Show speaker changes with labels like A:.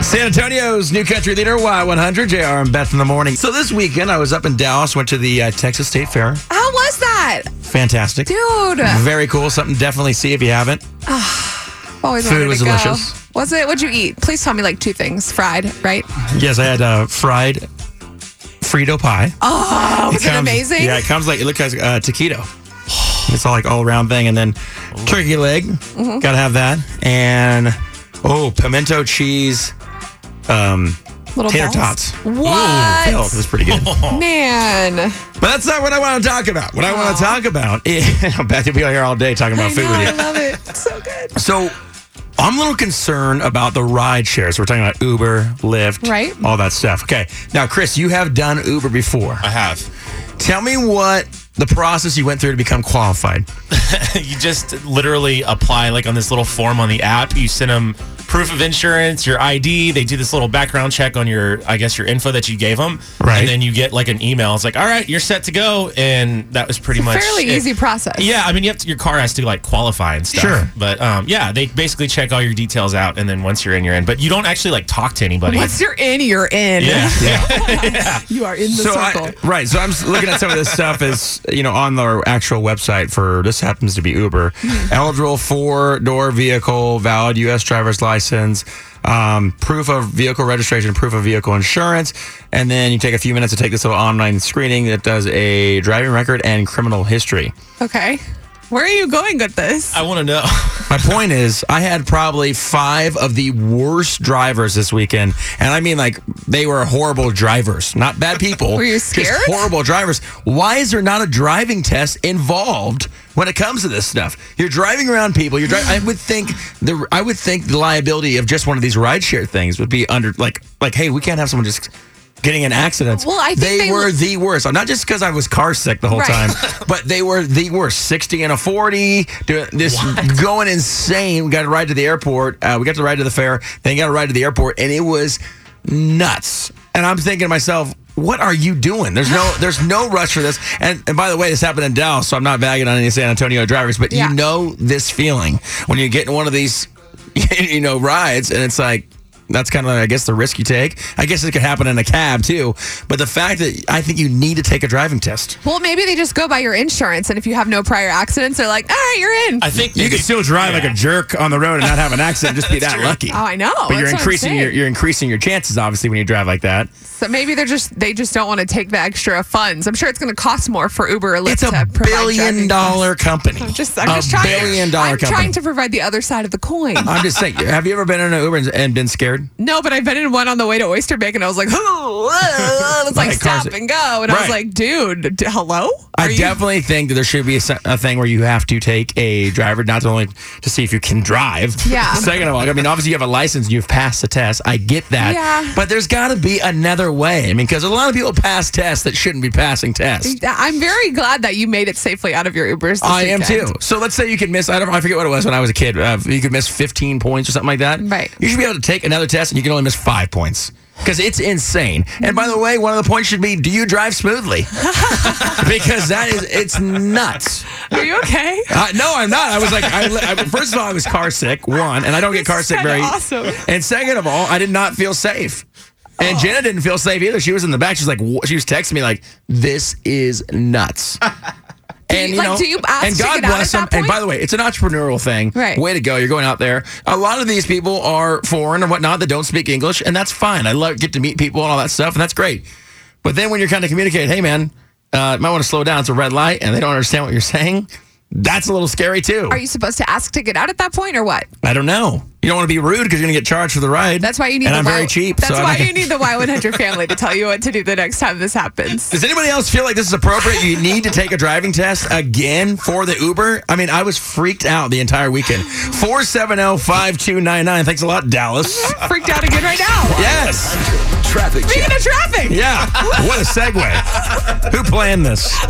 A: San Antonio's new country leader, Y100, JR and Beth in the morning. So this weekend, I was up in Dallas, went to the uh, Texas State Fair.
B: How was that?
A: Fantastic.
B: Dude,
A: Very cool. Something to definitely see if you haven't.
B: always
A: food
B: wanted
A: was
B: to go.
A: delicious.
B: Was it? What'd you eat? Please tell me like two things. Fried, right?
A: Yes, I had uh, fried Frito pie.
B: Oh, was it,
A: comes-
B: amazing?
A: Yeah, it comes like it looks like uh, taquito. It's all like all around thing, and then turkey leg.
B: Mm-hmm.
A: Gotta have that, and oh, pimento cheese, um,
B: Little
A: tater
B: balls?
A: tots.
B: Oh, What?
A: Oh, that's pretty good. but
B: Man.
A: that's not what I want to talk about. What I want to talk about, is, Beth, you'll be here all day talking about
B: I
A: food with
B: know, I
A: you.
B: love it. It's So good.
A: So. I'm a little concerned about the ride shares. We're talking about Uber, Lyft,
B: Right.
A: All that stuff. Okay. Now, Chris, you have done Uber before.
C: I have.
A: Tell me what the process you went through to become qualified.
C: You just literally apply like on this little form on the app. You send them proof of insurance, your ID. They do this little background check on your, I guess, your info that you gave them.
A: Right.
C: And then you get like an email. It's like, all right, you're set to go. And that was pretty much
B: Fairly
C: it.
B: easy process.
C: Yeah, I mean, you have to, your car has to like qualify and stuff.
A: Sure.
C: But um, yeah, they basically check all your details out, and then once you're in, you're in. But you don't actually like talk to anybody.
B: Once you're in, you're in.
C: yeah.
B: You are in the
A: so
B: circle.
A: I, right. So I'm s- looking at some of this stuff is you know on their actual website for this happens to be Uber,
B: Hmm.
A: eligible four door vehicle, valid U.S. driver's license, um, proof of vehicle registration, proof of vehicle insurance, and then you take a few minutes to take this little online screening that does a driving record and criminal history.
B: okay. Where are you going with this?
C: I want to know.
A: My point is, I had probably five of the worst drivers this weekend, and I mean like they were horrible drivers, not bad people.
B: Were you
A: just
B: scared?
A: horrible drivers. Why is there not a driving test involved when it comes to this stuff? You're driving around people. You're driving. I would think the I would think the liability of just one of these rideshare things would be under like like hey, we can't have someone just. Getting in accidents.
B: Well, I think
A: they,
B: they-
A: were the worst. Not just because I was car sick the whole
B: Right.
A: time, but they were the worst. 60 and a 40, doing this going insane. We got to ride to the airport. Uh, we got to ride to the fair. Then got to ride to the airport, and it was nuts. And I'm thinking to myself, what are you doing? There's no there's no rush for this. And and by the way, this happened in Dallas, so I'm not bagging on any San Antonio drivers, but
B: Yeah.
A: you know this feeling when you get in one of these you know rides and it's like that's kind of, I guess, the risk you take. I guess it could happen in a cab too. But the fact that I think you need to take a driving test.
B: well, maybe they just go by your insurance, and if you have no prior accidents, they're like, all right, you're in.
C: I think
A: You
C: they
A: can
C: do-
A: still drive like
C: Yeah.
A: a jerk on the road and not have an accident. Just be that lucky.
B: oh, I know.
A: But you're
B: That's what I'm
A: increasing
B: saying.
A: your you're increasing your chances obviously when you drive like that.
B: So maybe they're just they just don't want to take the extra funds. I'm sure it's going to cost more for Uber or Lyft.
A: It's a
B: to provide
A: billion
B: driving
A: dollar company.
B: costs. Just I'm
A: a
B: just trying.
A: billion dollar
B: I'm
A: company. Uh-huh.
B: trying to provide the other side of the coin.
A: I'm just saying. Have you ever been in an Uber and, and been scared?
B: no, but I've been in one on the way to Oyster Bay, and I was like, oh, uh, it was like
A: Right, cars-
B: stop and go, and I was
A: Right.
B: like, dude, d- hello. Are
A: I
B: you-
A: definitely think that there should be a, se- a thing where you have to take a driver, not to only to see if you can drive.
B: Yeah.
A: Second of all, I mean, obviously you have a license, you've passed the test. I get that.
B: Yeah.
A: But there's got to be another way. I mean, because a lot of people pass tests that shouldn't be passing tests.
B: I'm very glad that you made it safely out of your Ubers. This
A: I am
B: weekend.
A: too. So let's say you could miss, I don't I forget what it was when I was a kid. Uh, you could miss 15 points or something like that.
B: Right.
A: You should be able to take another test and you can only miss five points. Because it's insane. And by the way, one of the points should be do you drive smoothly? because that is, it's nuts.
B: Are you okay?
A: Uh, no, I'm not. I was like, I, li- I, first of all, I was car sick. One, and I don't get car sick
B: kinda
A: very.
B: awesome. Oh.
A: And second of all, I did not feel safe. And Jenna didn't feel safe either. She was in the back. She's like, wh- she was texting me like, "This is nuts." And
B: you- like, do you ask
A: and
B: to
A: God
B: get out at
A: bless
B: that
A: them. And by
B: point?
A: the way, it's an entrepreneurial thing.
B: Right.
A: Way to go! You're going out there. A lot of these people are foreign and whatnot that don't speak English, and that's fine. I love get to meet people and all that stuff, and that's great. But then when you're kind of communicating, hey man, uh, might want to slow down. It's a red light, and they don't understand what you're saying. That's a little scary too.
B: Are you supposed to ask to get out at that point or what?
A: I don't know. You don't want to be rude because you're going to get charged for the ride.
B: That's why you need.
A: And
B: the
A: I'm
B: Y-
A: very cheap.
B: That's
A: so I'm
B: why
A: not-
B: you need the Y100 family to tell you what to do the next time this happens.
A: Does anybody else feel like this is appropriate? You need to take a driving test again for the Uber? I mean, I was freaked out the entire weekend. oh, 470-5299. Thanks a lot, Dallas.
B: freaked out again right now.
A: Yes.
D: Traffic check.
B: Speaking of traffic.
A: Yeah. What a segue. Who planned this?